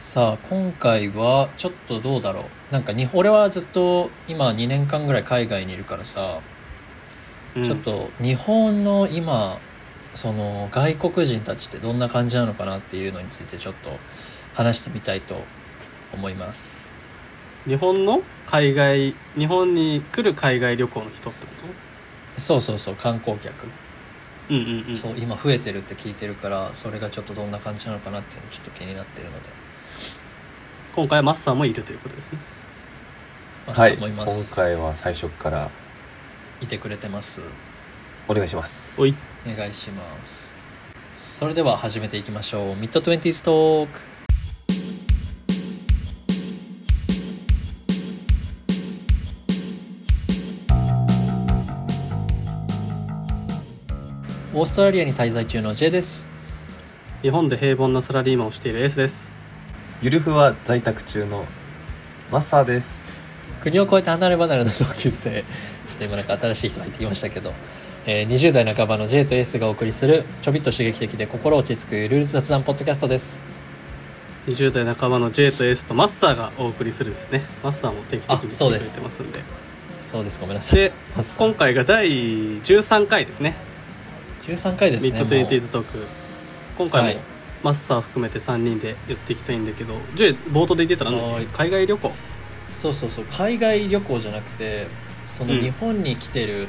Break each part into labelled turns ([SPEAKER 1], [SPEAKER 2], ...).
[SPEAKER 1] さあ、今回はちょっとどうだろう。なんかに、俺はずっと今2年間ぐらい海外にいるからさ、
[SPEAKER 2] うん
[SPEAKER 1] ちょっと日本の今、その外国人たちってどんな感じなのかなっていうのについてちょっと話してみたいと思います。
[SPEAKER 2] 日本の海外日本に来る海外旅行の人ってこ
[SPEAKER 1] そうそうそう、観光客。
[SPEAKER 2] とうんうんうん
[SPEAKER 1] そう、今増えてるって聞いてるから、それがちょっとどんな感じなのかなっていうのちょっと気になってるので、
[SPEAKER 2] 今回はマスさんもいるということですね
[SPEAKER 1] まあ、
[SPEAKER 3] はい、
[SPEAKER 1] そう
[SPEAKER 3] 今
[SPEAKER 1] 思い
[SPEAKER 3] 回
[SPEAKER 1] ます。
[SPEAKER 3] は。最初から
[SPEAKER 1] いてくれてます。
[SPEAKER 3] お願いします。
[SPEAKER 2] おい
[SPEAKER 1] お願いしますそれでは始めていきましょうミッドトゥエンティーストークオーストラリアに滞在中の J です
[SPEAKER 2] 日本で平凡なサラリーマンをしているエースです
[SPEAKER 3] ゆるふは在宅中のマスターです。
[SPEAKER 1] 国を越えて離れ離れの同級生ちょっと今なんか新しい人入ってきましたけど、えー20代半ばの J と S がお送りするちょびっと刺激的で心落ち着くゆる雑談ポッドキャストです
[SPEAKER 2] 20代半ばの J と S とマッサーがお送りするですねマッサーも定期的
[SPEAKER 1] あ
[SPEAKER 2] に
[SPEAKER 1] そうで
[SPEAKER 2] 来てくれ
[SPEAKER 1] す
[SPEAKER 2] てますんで
[SPEAKER 1] そうですごめんなさい
[SPEAKER 2] で
[SPEAKER 1] マスさん
[SPEAKER 2] 今回が第13回ですね
[SPEAKER 1] 13回ですね
[SPEAKER 2] ミッドトゥエンティー
[SPEAKER 1] も
[SPEAKER 2] ズトーク今
[SPEAKER 1] は
[SPEAKER 2] 回
[SPEAKER 1] い
[SPEAKER 2] もマッサー含めて3人でやっていきたいんだけど J 冒頭で言ってたら
[SPEAKER 1] は
[SPEAKER 2] 何
[SPEAKER 1] い
[SPEAKER 2] 海外旅行
[SPEAKER 1] うそうそうそう海外旅行じゃなくてその
[SPEAKER 2] うん
[SPEAKER 1] 日本に来てる、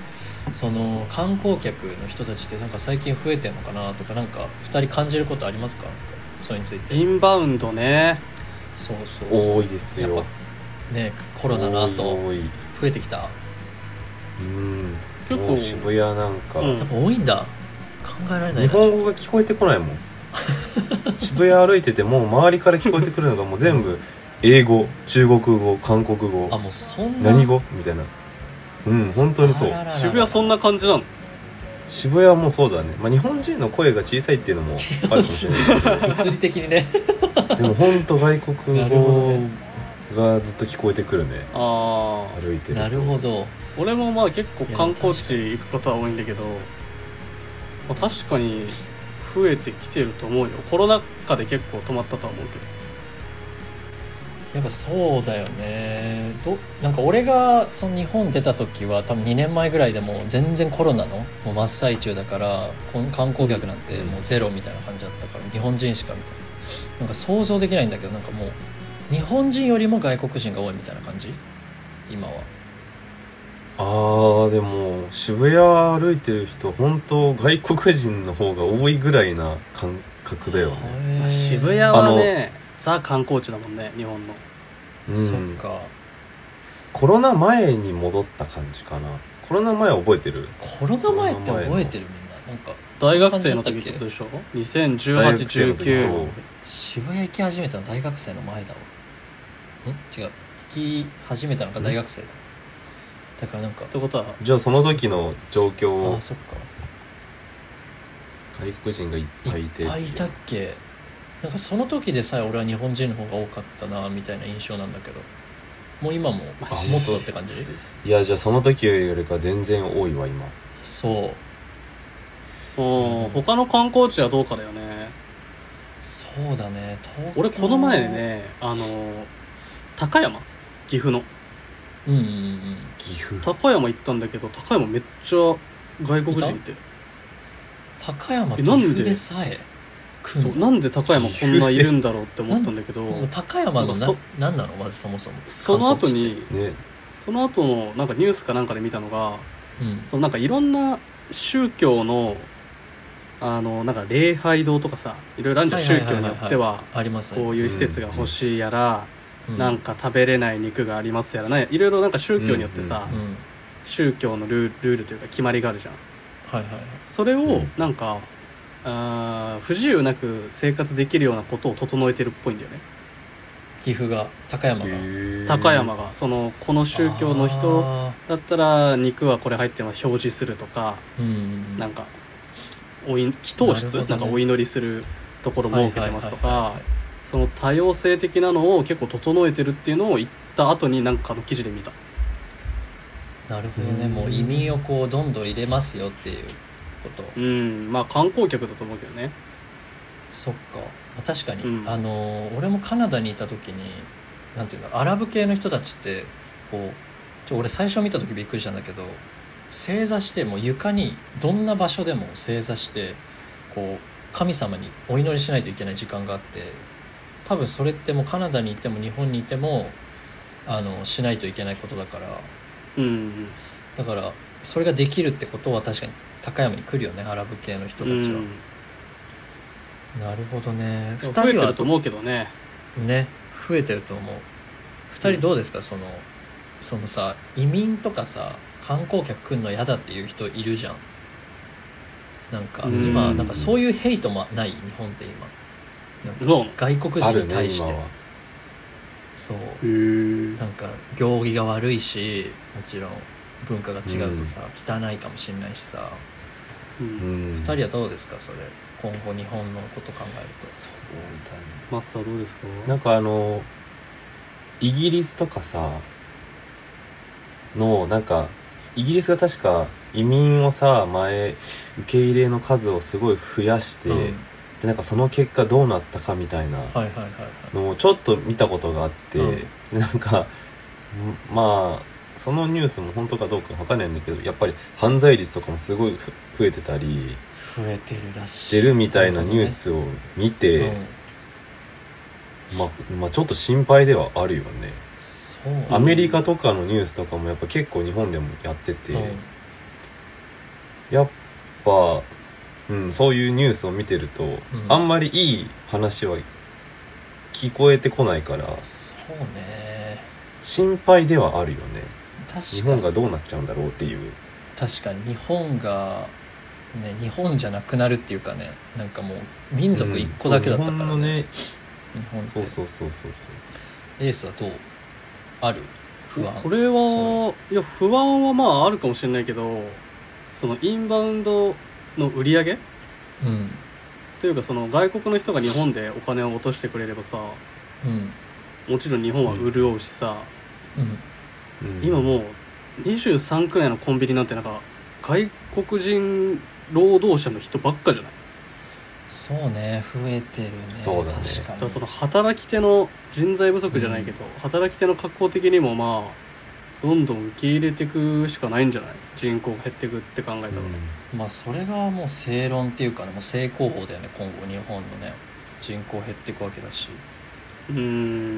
[SPEAKER 1] その観光客の人たちってなんか最近増えてんのかなとかなんか2人感じることありますかそれについて
[SPEAKER 2] インバウンドね
[SPEAKER 1] そうそうそ
[SPEAKER 3] 多いです
[SPEAKER 1] やっ
[SPEAKER 3] よ。
[SPEAKER 1] うねコロナの後
[SPEAKER 3] 多い。
[SPEAKER 1] 増えてきたや
[SPEAKER 3] うん。
[SPEAKER 2] 結構
[SPEAKER 3] もう渋谷なんか、
[SPEAKER 2] うん
[SPEAKER 1] っぱ多いんだ考えられない
[SPEAKER 3] 日
[SPEAKER 1] な
[SPEAKER 3] 本語が聞こえて こないもん。渋谷歩いててもう周りから聞こえてくるのがもう全部英語、中国語、韓国語
[SPEAKER 1] あ、もうそんな
[SPEAKER 3] 何語みたいな。うん、本当にそう
[SPEAKER 1] あ。ららら
[SPEAKER 2] 渋谷そんな感じなの
[SPEAKER 3] 渋谷もそうだね。まあ日本人の声が小さいっていうのもあるかもしれないけ
[SPEAKER 1] 物理的に ね
[SPEAKER 3] ど、でも本当外国
[SPEAKER 1] なるほど
[SPEAKER 3] 語
[SPEAKER 1] ね
[SPEAKER 3] がずっと聞こえてくるね。
[SPEAKER 2] ああ
[SPEAKER 3] 歩いてると
[SPEAKER 1] なるほど
[SPEAKER 2] 俺もまあ結構観光地行くことは多いんだけど、まあ、確かに増えてきてると思うよコロナ禍で結構止まったとは思うけど
[SPEAKER 1] やっぱそうだよねどなんか俺がその日本出た時は多分2年前ぐらいでもう全然コロナのもう真っ最中だからこん観光客なんてもうゼロみたいな感じだったから日本人しかみたいななんか想像できないんだけどなんかもう日本人よりも外国人が多いみたいな感じ今は
[SPEAKER 3] ああでも渋谷歩いてる人本当外国人の方が多いぐらいな感覚だよね、
[SPEAKER 2] まあ渋谷はねザ観光地だもんね日本の
[SPEAKER 3] う
[SPEAKER 1] そっ
[SPEAKER 3] ん、
[SPEAKER 1] か
[SPEAKER 3] コロナ前に戻った感じかなコロナ前覚えてる
[SPEAKER 1] コロナ前って覚えてるみんななんか
[SPEAKER 2] 大学生の
[SPEAKER 1] そん
[SPEAKER 2] 時
[SPEAKER 1] な
[SPEAKER 2] っ
[SPEAKER 1] 感じだっ
[SPEAKER 2] てこと
[SPEAKER 1] たっ
[SPEAKER 2] でしょ
[SPEAKER 3] 大学生の時
[SPEAKER 1] け
[SPEAKER 3] でし
[SPEAKER 2] 201819
[SPEAKER 3] ょ
[SPEAKER 1] 渋谷行き始めたの大学生の前だわん違う行き始めたのが大学生だだからなんか
[SPEAKER 2] ってことは
[SPEAKER 3] じゃあその時の状況
[SPEAKER 1] あ
[SPEAKER 3] を
[SPEAKER 1] あそっか
[SPEAKER 3] 外国人がいっぱいいて
[SPEAKER 1] いっぱいいたっけなんかその時でさえ俺は日本人の方が多かったなみたいな印象なんだけどもう今も
[SPEAKER 2] まあ
[SPEAKER 1] あもっとって感じ
[SPEAKER 3] いやじゃあその時よりか全然多いわ今
[SPEAKER 1] そう
[SPEAKER 2] うん他の観光地はどうかだよね
[SPEAKER 1] そうだね東京
[SPEAKER 2] 俺この前ねあの高山岐阜の
[SPEAKER 1] うんうんうん
[SPEAKER 3] 岐阜
[SPEAKER 2] 高山行ったんだけど高山めっちゃ外国人いて
[SPEAKER 1] 高山
[SPEAKER 2] え
[SPEAKER 1] 岐
[SPEAKER 2] なんで
[SPEAKER 1] 阜でさえ来
[SPEAKER 2] そ
[SPEAKER 1] ん
[SPEAKER 2] う
[SPEAKER 1] の
[SPEAKER 2] なんで高山こんないるんだろうって思ったんだけど
[SPEAKER 1] もう高山の
[SPEAKER 2] なん
[SPEAKER 1] な
[SPEAKER 2] かそ
[SPEAKER 1] なんなのまずそもそも
[SPEAKER 2] その後
[SPEAKER 1] 観光地って
[SPEAKER 2] に
[SPEAKER 3] ね
[SPEAKER 2] その後のなんかニュースかなんかで見たのが
[SPEAKER 1] うん
[SPEAKER 2] そのなんかいろんな宗教のあのなんか礼拝堂とかさいろいろあるじゃん
[SPEAKER 1] はいはい
[SPEAKER 2] 宗
[SPEAKER 1] はいはい
[SPEAKER 2] 教によっては
[SPEAKER 1] あります
[SPEAKER 2] こういう施設が欲しいやら、
[SPEAKER 1] うん
[SPEAKER 2] なんか食べれない肉がありますやらねいろいろなんか宗教によってさ、
[SPEAKER 3] うん
[SPEAKER 1] うん
[SPEAKER 2] 宗教のルールルールというか決まりがあるじゃん
[SPEAKER 1] はいはいはい
[SPEAKER 2] それ
[SPEAKER 3] う
[SPEAKER 2] を
[SPEAKER 3] ん
[SPEAKER 2] なんか、あー不自由なく生活できるようなことを整えてるっぽいんだよね
[SPEAKER 1] 岐阜が高山が
[SPEAKER 2] 高山がそのこの宗教の人
[SPEAKER 1] あ
[SPEAKER 2] だったら肉はこれ入ってます表示するとか
[SPEAKER 1] ーうん
[SPEAKER 2] なんかおい祈祷室
[SPEAKER 1] なるほ
[SPEAKER 2] な,、
[SPEAKER 1] どね
[SPEAKER 2] んかお祈りするところ設けてます
[SPEAKER 1] はいはい
[SPEAKER 2] と
[SPEAKER 1] はい
[SPEAKER 2] か
[SPEAKER 1] はい
[SPEAKER 2] その多様性的なのを結構整えてるっていうのを言った後になんかの記事で見た
[SPEAKER 1] なるほどね
[SPEAKER 3] うん
[SPEAKER 1] もう移民をこうどんどん入れますよっていうこと
[SPEAKER 2] うんまあ観光客だと思うけどね
[SPEAKER 1] そっかあ確かに、
[SPEAKER 2] うん
[SPEAKER 1] あの俺もカナダにいた時になんていうんだアラブ系の人たちってこうちょ俺最初見た時びっくりしたんだけど正座してもう床にどんな場所でも正座してこう神様にお祈りしないといけない時間があって多分それってもうカナダにいても日本にいてもあのしないといけないことだから
[SPEAKER 2] うん
[SPEAKER 1] だからそれができるってことは確かに高山に来るよねアラブ系の人た
[SPEAKER 2] うん
[SPEAKER 1] ちは。なるほどね2
[SPEAKER 2] でも増えて
[SPEAKER 1] 人は
[SPEAKER 2] ると思うけどね
[SPEAKER 1] ね増えてると思う2人どうですか、そのそのさ移民とかさ観光客来んの嫌だっていう人いるじゃんなんか
[SPEAKER 2] うん
[SPEAKER 1] 今なんかそういうヘイトもない日本って今なんか
[SPEAKER 2] どう
[SPEAKER 1] 外国
[SPEAKER 3] あ
[SPEAKER 1] 人
[SPEAKER 3] る
[SPEAKER 1] に
[SPEAKER 3] ね
[SPEAKER 1] 対し
[SPEAKER 3] 今
[SPEAKER 1] て、
[SPEAKER 3] は
[SPEAKER 1] そう
[SPEAKER 2] へ
[SPEAKER 1] なんか行儀が悪いしもちろん文化が違うとさ、汚いかもしれないしさ
[SPEAKER 2] う
[SPEAKER 3] うんん
[SPEAKER 1] 2人はどうですかそれ今後日本のこと考える
[SPEAKER 2] マスターどうですか
[SPEAKER 3] なんかあのイギリスとかさのなんかイギリスが確か移民をさ前受け入れの数をすごい増やして、
[SPEAKER 1] と、うん
[SPEAKER 3] でなんかその結果どうなったかみたいな
[SPEAKER 1] はいはいはいはい
[SPEAKER 3] のをちょっと見たことがあって、
[SPEAKER 1] うん
[SPEAKER 3] でなんかんまあそのニュースも本当かどうかわかんないんだけどやっぱり犯罪率とかもすごいふ増えてたり
[SPEAKER 1] 増えてるらしい
[SPEAKER 3] してるみたいなニュースを見て、
[SPEAKER 1] なるほどねうん
[SPEAKER 3] まあまあ、ちょっと心配ではあるよね。
[SPEAKER 1] そう
[SPEAKER 3] アメリカとかのニュースとかもやっぱ結構日本でもやってて、
[SPEAKER 1] う
[SPEAKER 3] やっぱ、うん、そういうニュースを見てると、
[SPEAKER 1] ん
[SPEAKER 3] あんまりいい話は聞こえてこないから
[SPEAKER 1] ん、そうね
[SPEAKER 3] 心配ではあるよね日
[SPEAKER 1] 確
[SPEAKER 3] 本
[SPEAKER 1] か
[SPEAKER 3] が
[SPEAKER 1] に
[SPEAKER 3] どうなっちゃうんだろうっていう
[SPEAKER 1] 確かに日本がね日本じゃなくなるっていうかねなんかもう民族一個だけだったから
[SPEAKER 3] うん
[SPEAKER 1] ね,、日本
[SPEAKER 3] そう日本のねそう
[SPEAKER 1] って
[SPEAKER 3] そうそうそう
[SPEAKER 1] エースはどうある不安
[SPEAKER 2] これは
[SPEAKER 1] そ
[SPEAKER 2] いや不安はまああるかもしれないけどそのインバウンドの売り上げ
[SPEAKER 1] うん
[SPEAKER 2] というかその外国の人が日本でお金を落としてくれればさ
[SPEAKER 1] うん
[SPEAKER 2] もちろん日本は潤うしさ、
[SPEAKER 1] うん
[SPEAKER 3] そう、うん
[SPEAKER 2] 今もう23くらいのコンビニなんてなんか外国人労働者の人ばっかじゃない
[SPEAKER 1] そうね増えてるね
[SPEAKER 3] そうだね
[SPEAKER 2] だ
[SPEAKER 1] 確
[SPEAKER 2] か
[SPEAKER 1] からに
[SPEAKER 2] その働き手の人材不足じゃないけど、働き手の確保的にもまあどんどん受け入れていくしかないんじゃない人口が減っていくって考えたら、
[SPEAKER 3] うん
[SPEAKER 1] まあそれがもう正論っていうかねもう正攻法だよね今後日本のね人口減っていくわけだし
[SPEAKER 2] うー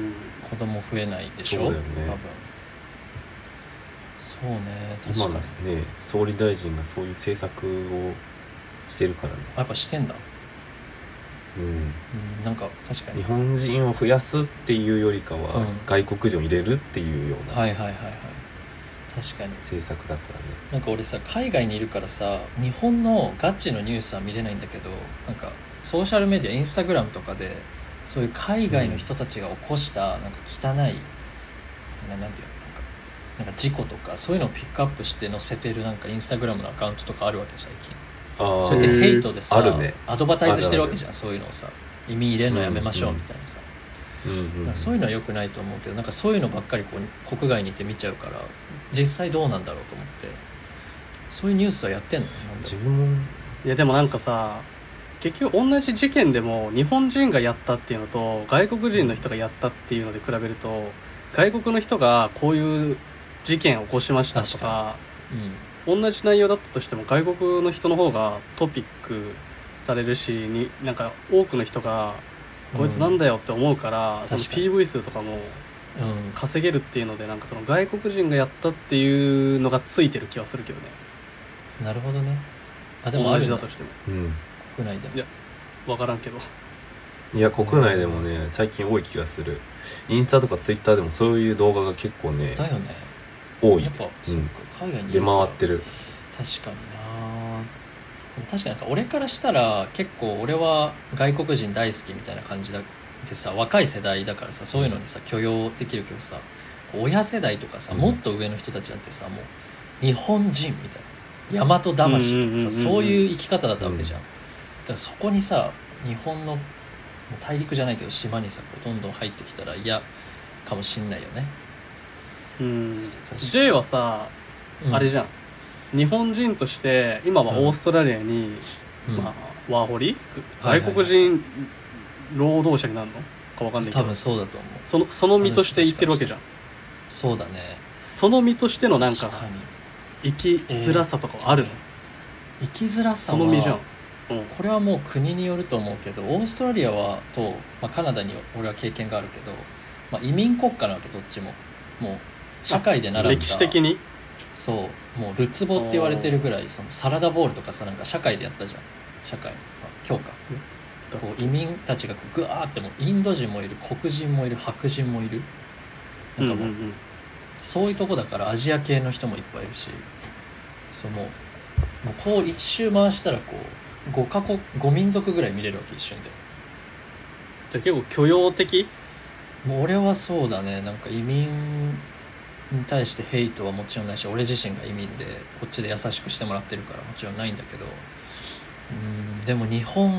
[SPEAKER 2] ん
[SPEAKER 1] 子供増えないでしょ、
[SPEAKER 3] そうだよね
[SPEAKER 1] 多分そうね確
[SPEAKER 3] 今
[SPEAKER 1] か
[SPEAKER 3] の
[SPEAKER 1] に
[SPEAKER 3] ね総理大臣がそういう政策をしてるからね、
[SPEAKER 1] あやっぱしてんだ、
[SPEAKER 3] うん、
[SPEAKER 1] うん、なんか確かに
[SPEAKER 3] 日
[SPEAKER 1] は
[SPEAKER 3] 本人を増やすっていうよりかは、
[SPEAKER 1] うん
[SPEAKER 3] 外国人を入れるっていうようない
[SPEAKER 1] はいはいはい確かに
[SPEAKER 3] 政策だったらね、
[SPEAKER 1] なんか俺さ海外にいるからさ日本のガチのニュースは見れないんだけどなんかソーシャルメディアインスタグラムとかでそういう海外の人たちが起こしたなんか汚い、ななんていうのなんかなんか事故とかそういうのをピックアップして載せてるなんかインスタグラムのアカウントとかあるわけ最近
[SPEAKER 3] ああ
[SPEAKER 1] それで
[SPEAKER 2] へー
[SPEAKER 1] ヘイトでさ、
[SPEAKER 3] あるね
[SPEAKER 1] アドバタイズしてるわけじゃんそういうのをさ意味入れるのやめましょう
[SPEAKER 3] うん
[SPEAKER 1] みたいなさ、
[SPEAKER 3] うんう
[SPEAKER 1] なん
[SPEAKER 3] ん
[SPEAKER 1] かそういうのは良くないと思うけどなんかそういうのばっかりこう国外にいて見ちゃうから実際どうなんだろうと思ってそういうニュースはやってんの日本
[SPEAKER 3] 自
[SPEAKER 1] でも
[SPEAKER 3] 分も
[SPEAKER 2] いやでもなんかさ結局同じ事件でも日本人がやったっていうのと外国人の人がやったっていうので比べると外国の人がこういう事件を起こしましたと
[SPEAKER 1] 確
[SPEAKER 2] か
[SPEAKER 1] うん
[SPEAKER 2] 同じ内容だったとしても外国の人の方がトピックされるしになんか多くの人がこいつなんだよって思うから、その
[SPEAKER 1] 確かに
[SPEAKER 2] PV 数とかも
[SPEAKER 1] うん
[SPEAKER 2] 稼げるっていうのでなんかその外国人がやったっていうのがついてる気はするけどね
[SPEAKER 1] なるほどねあでもあ
[SPEAKER 2] 同
[SPEAKER 1] る
[SPEAKER 2] じ
[SPEAKER 1] ん
[SPEAKER 2] だ
[SPEAKER 1] だ
[SPEAKER 2] としても
[SPEAKER 3] うん
[SPEAKER 1] 国内でも
[SPEAKER 2] いや分からんけど
[SPEAKER 3] いや国内でもね最近多い気がするインスタとかツイッターでもそういう動画が結構ね
[SPEAKER 1] だよね
[SPEAKER 3] 多い
[SPEAKER 1] やっぱ、そっか海外にい
[SPEAKER 3] 出
[SPEAKER 1] るから
[SPEAKER 3] 回ってる
[SPEAKER 1] 確かになでも確かになんか俺からしたら結構俺は外国人大好きみたいな感じだでさ若い世代だからさそういうのにさ許容できるけどさ親世代とかさ
[SPEAKER 3] うん
[SPEAKER 1] もっと上の人たちなんてさもう日本人みたいな大和魂とか
[SPEAKER 2] うんうんうんうん
[SPEAKER 1] さそういう生き方だったわけじゃん、だからそこにさ日本の大陸じゃないけど島にさこうどんどん入ってきたら嫌かもしんないよね、
[SPEAKER 2] うん
[SPEAKER 1] 確かに
[SPEAKER 2] J はさ、あれじ
[SPEAKER 1] ゃ
[SPEAKER 2] ゃん日本人として今はオーストラリアに、
[SPEAKER 1] ん、うん
[SPEAKER 2] まあ、ワーホリ
[SPEAKER 1] はいはいはい
[SPEAKER 2] 外国人労働者になるのかわかんないけ
[SPEAKER 1] 多
[SPEAKER 2] ど
[SPEAKER 1] 分そうだと思う
[SPEAKER 2] そのその身として言ってるわけじゃん
[SPEAKER 1] そうだね
[SPEAKER 2] その身としてのなんか
[SPEAKER 1] 確に
[SPEAKER 2] 生きづらさとかはあるの、
[SPEAKER 1] 生きづらさ
[SPEAKER 2] その身じゃん
[SPEAKER 1] は、これはもう国によると思うけどオーストラリアはと、まあ、カナダに俺は経験があるけど、まあ、移民国家なわけどっちももう社会で
[SPEAKER 2] う
[SPEAKER 1] 習
[SPEAKER 2] ん、
[SPEAKER 1] った
[SPEAKER 2] 歴史的に
[SPEAKER 1] そうもうルツボって言われてるぐらいそのサラダボールとかさなんか社会でやったじゃん社会のあ教科
[SPEAKER 2] うん
[SPEAKER 1] こう移民たちがこうグワーってもうインド人もいる黒人もいる白人もいるなんかもう、
[SPEAKER 2] うんうんうん
[SPEAKER 1] そういうとこだからアジア系の人もいっぱいいるしそのもうこう一周回したらこう5か国5民族ぐらい見れるわけ一瞬で
[SPEAKER 2] じゃあ結構許容的
[SPEAKER 1] もう俺はそうだねなんか移民に対してヘイトはもちろんないし俺自身が移民でこっちで優しくしてもらってるからもちろんないんだけどうんでも日本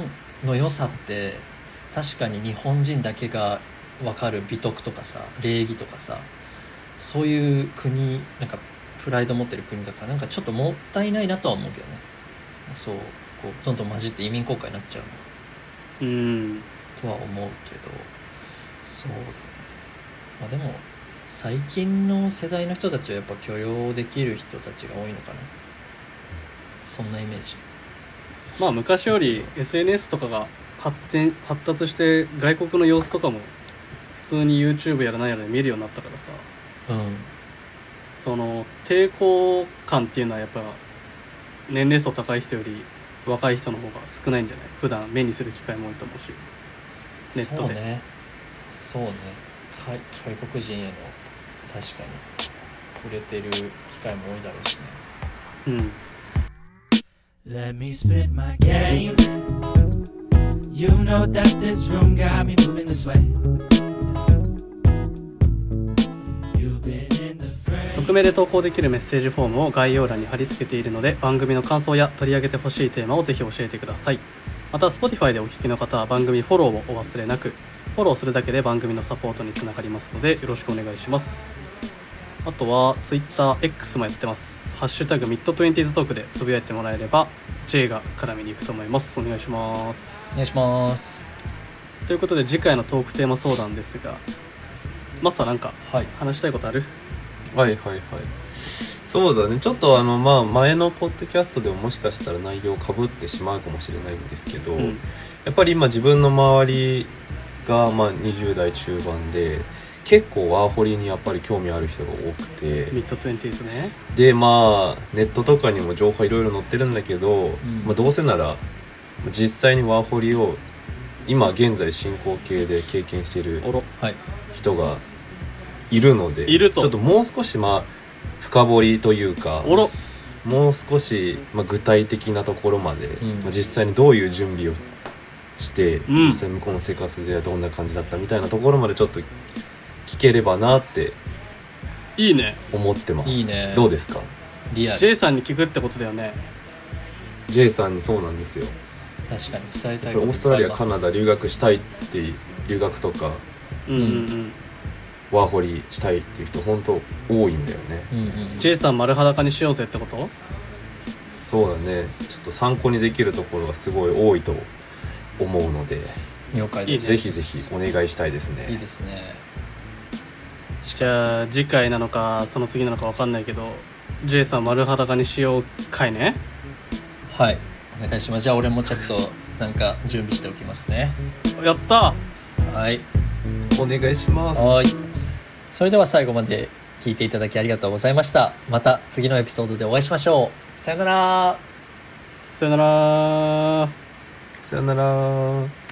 [SPEAKER 1] の良さって確かに日本人だけが分かる美徳とかさ礼儀とかさそういう国なんかプライド持ってる国だからなんかちょっともったいないなとは思うけどねそうこうどんどん混じって移民国家になっちゃうの
[SPEAKER 2] うん
[SPEAKER 1] とは思うけどそうだねまあでも最近の世代の人たちはやっぱ許容できる人たちが多いのかなそんなイメージ
[SPEAKER 2] まあ昔より SNS とかが発展発達して外国の様子とかも普通に YouTube やらなんやらで見るようになったからさ
[SPEAKER 1] うん
[SPEAKER 2] その抵抗感っていうのはやっぱ年齢層高い人より若い人の方が少ないんじゃない普段目にする機会も多いと思うしネット
[SPEAKER 1] そう
[SPEAKER 2] で
[SPEAKER 1] ねそうね外外国人への確かに触れてる機会も多いだろうしね
[SPEAKER 2] うん
[SPEAKER 4] Let me spit my game. You know that this room got me moving this way. You've been in the frame.
[SPEAKER 2] 匿名で投稿できるメッセージフォームを概要欄に貼り付けているので番組の感想や取り上げてほしいテーマをぜひ教えてくださいまた Spotify でお聞きの方は番組フォローをお忘れなくフォローするだけで番組のサポートにつながりますのでよろしくお願いしますあとは TwitterX もやってますハッシュタグミッドトゥエンティーズトークでつぶやいてもらえれば J が絡みに行くと思いますお願いします
[SPEAKER 1] お願いします
[SPEAKER 2] ということで次回のトークテーマ相談ですがマスターなんか
[SPEAKER 1] はい
[SPEAKER 2] 話したいことある
[SPEAKER 3] はいはいはいそうだねちょっとあのまあ前のポッドキャストでももしかしたら内容かぶってしまうかもしれないんですけど、
[SPEAKER 2] うん
[SPEAKER 3] やっぱり今自分の周りがまあ20代中盤で結構ワーホリにやっぱり興味ある人が多くて
[SPEAKER 2] ミッドトゥエンティーズね
[SPEAKER 3] でまあネットとかにも情報いろいろ載ってるんだけど、
[SPEAKER 1] ん
[SPEAKER 3] まあ、どうせなら実際にワーホリを今現在進行形で経験している
[SPEAKER 2] おろ
[SPEAKER 1] はい
[SPEAKER 3] 人がいるので
[SPEAKER 2] いると
[SPEAKER 3] ちょっともう少しまあ深掘りというか
[SPEAKER 2] おろ
[SPEAKER 3] もう少し、まあ、具体的なところまで、
[SPEAKER 1] うん
[SPEAKER 3] まあ実際にどういう準備をして、
[SPEAKER 2] ん
[SPEAKER 3] 実際向こうの生活ではどんな感じだったみたいなところまでちょっと聞ければなって
[SPEAKER 2] いいね
[SPEAKER 3] 思ってます
[SPEAKER 1] いいね
[SPEAKER 3] どうですか
[SPEAKER 1] リアル
[SPEAKER 2] J さんに聞くってことだよね
[SPEAKER 3] J さんにそうなんですよ
[SPEAKER 1] 確かに伝えた
[SPEAKER 3] や
[SPEAKER 1] いこ
[SPEAKER 3] っぱり
[SPEAKER 1] と
[SPEAKER 3] オーストラリアカナダ留
[SPEAKER 1] 留
[SPEAKER 3] 学したいっていう留学とか
[SPEAKER 2] うんうんうん
[SPEAKER 3] ワーホリしたいっていう人本当多いんだよね
[SPEAKER 1] うんうん、
[SPEAKER 2] J さん丸裸にしようぜってこと
[SPEAKER 3] そうだねちょっと参考にできるところがすごい多いと思うので
[SPEAKER 1] 了解です
[SPEAKER 3] ぜひぜひお願いしたいですね
[SPEAKER 1] いいですね
[SPEAKER 2] じゃあ次回なのかその次なのか分かんないけど J さん丸裸にしよう回ね
[SPEAKER 1] はいお願いしますじゃあ俺もちょっとなんか準備しておきますね
[SPEAKER 2] やった
[SPEAKER 1] はい
[SPEAKER 3] お願いします
[SPEAKER 1] はいそれでは最後まで聞いていただきありがとうございましたまた次のエピソードでお会いしましょうさよなら
[SPEAKER 2] さよなら
[SPEAKER 3] さよなら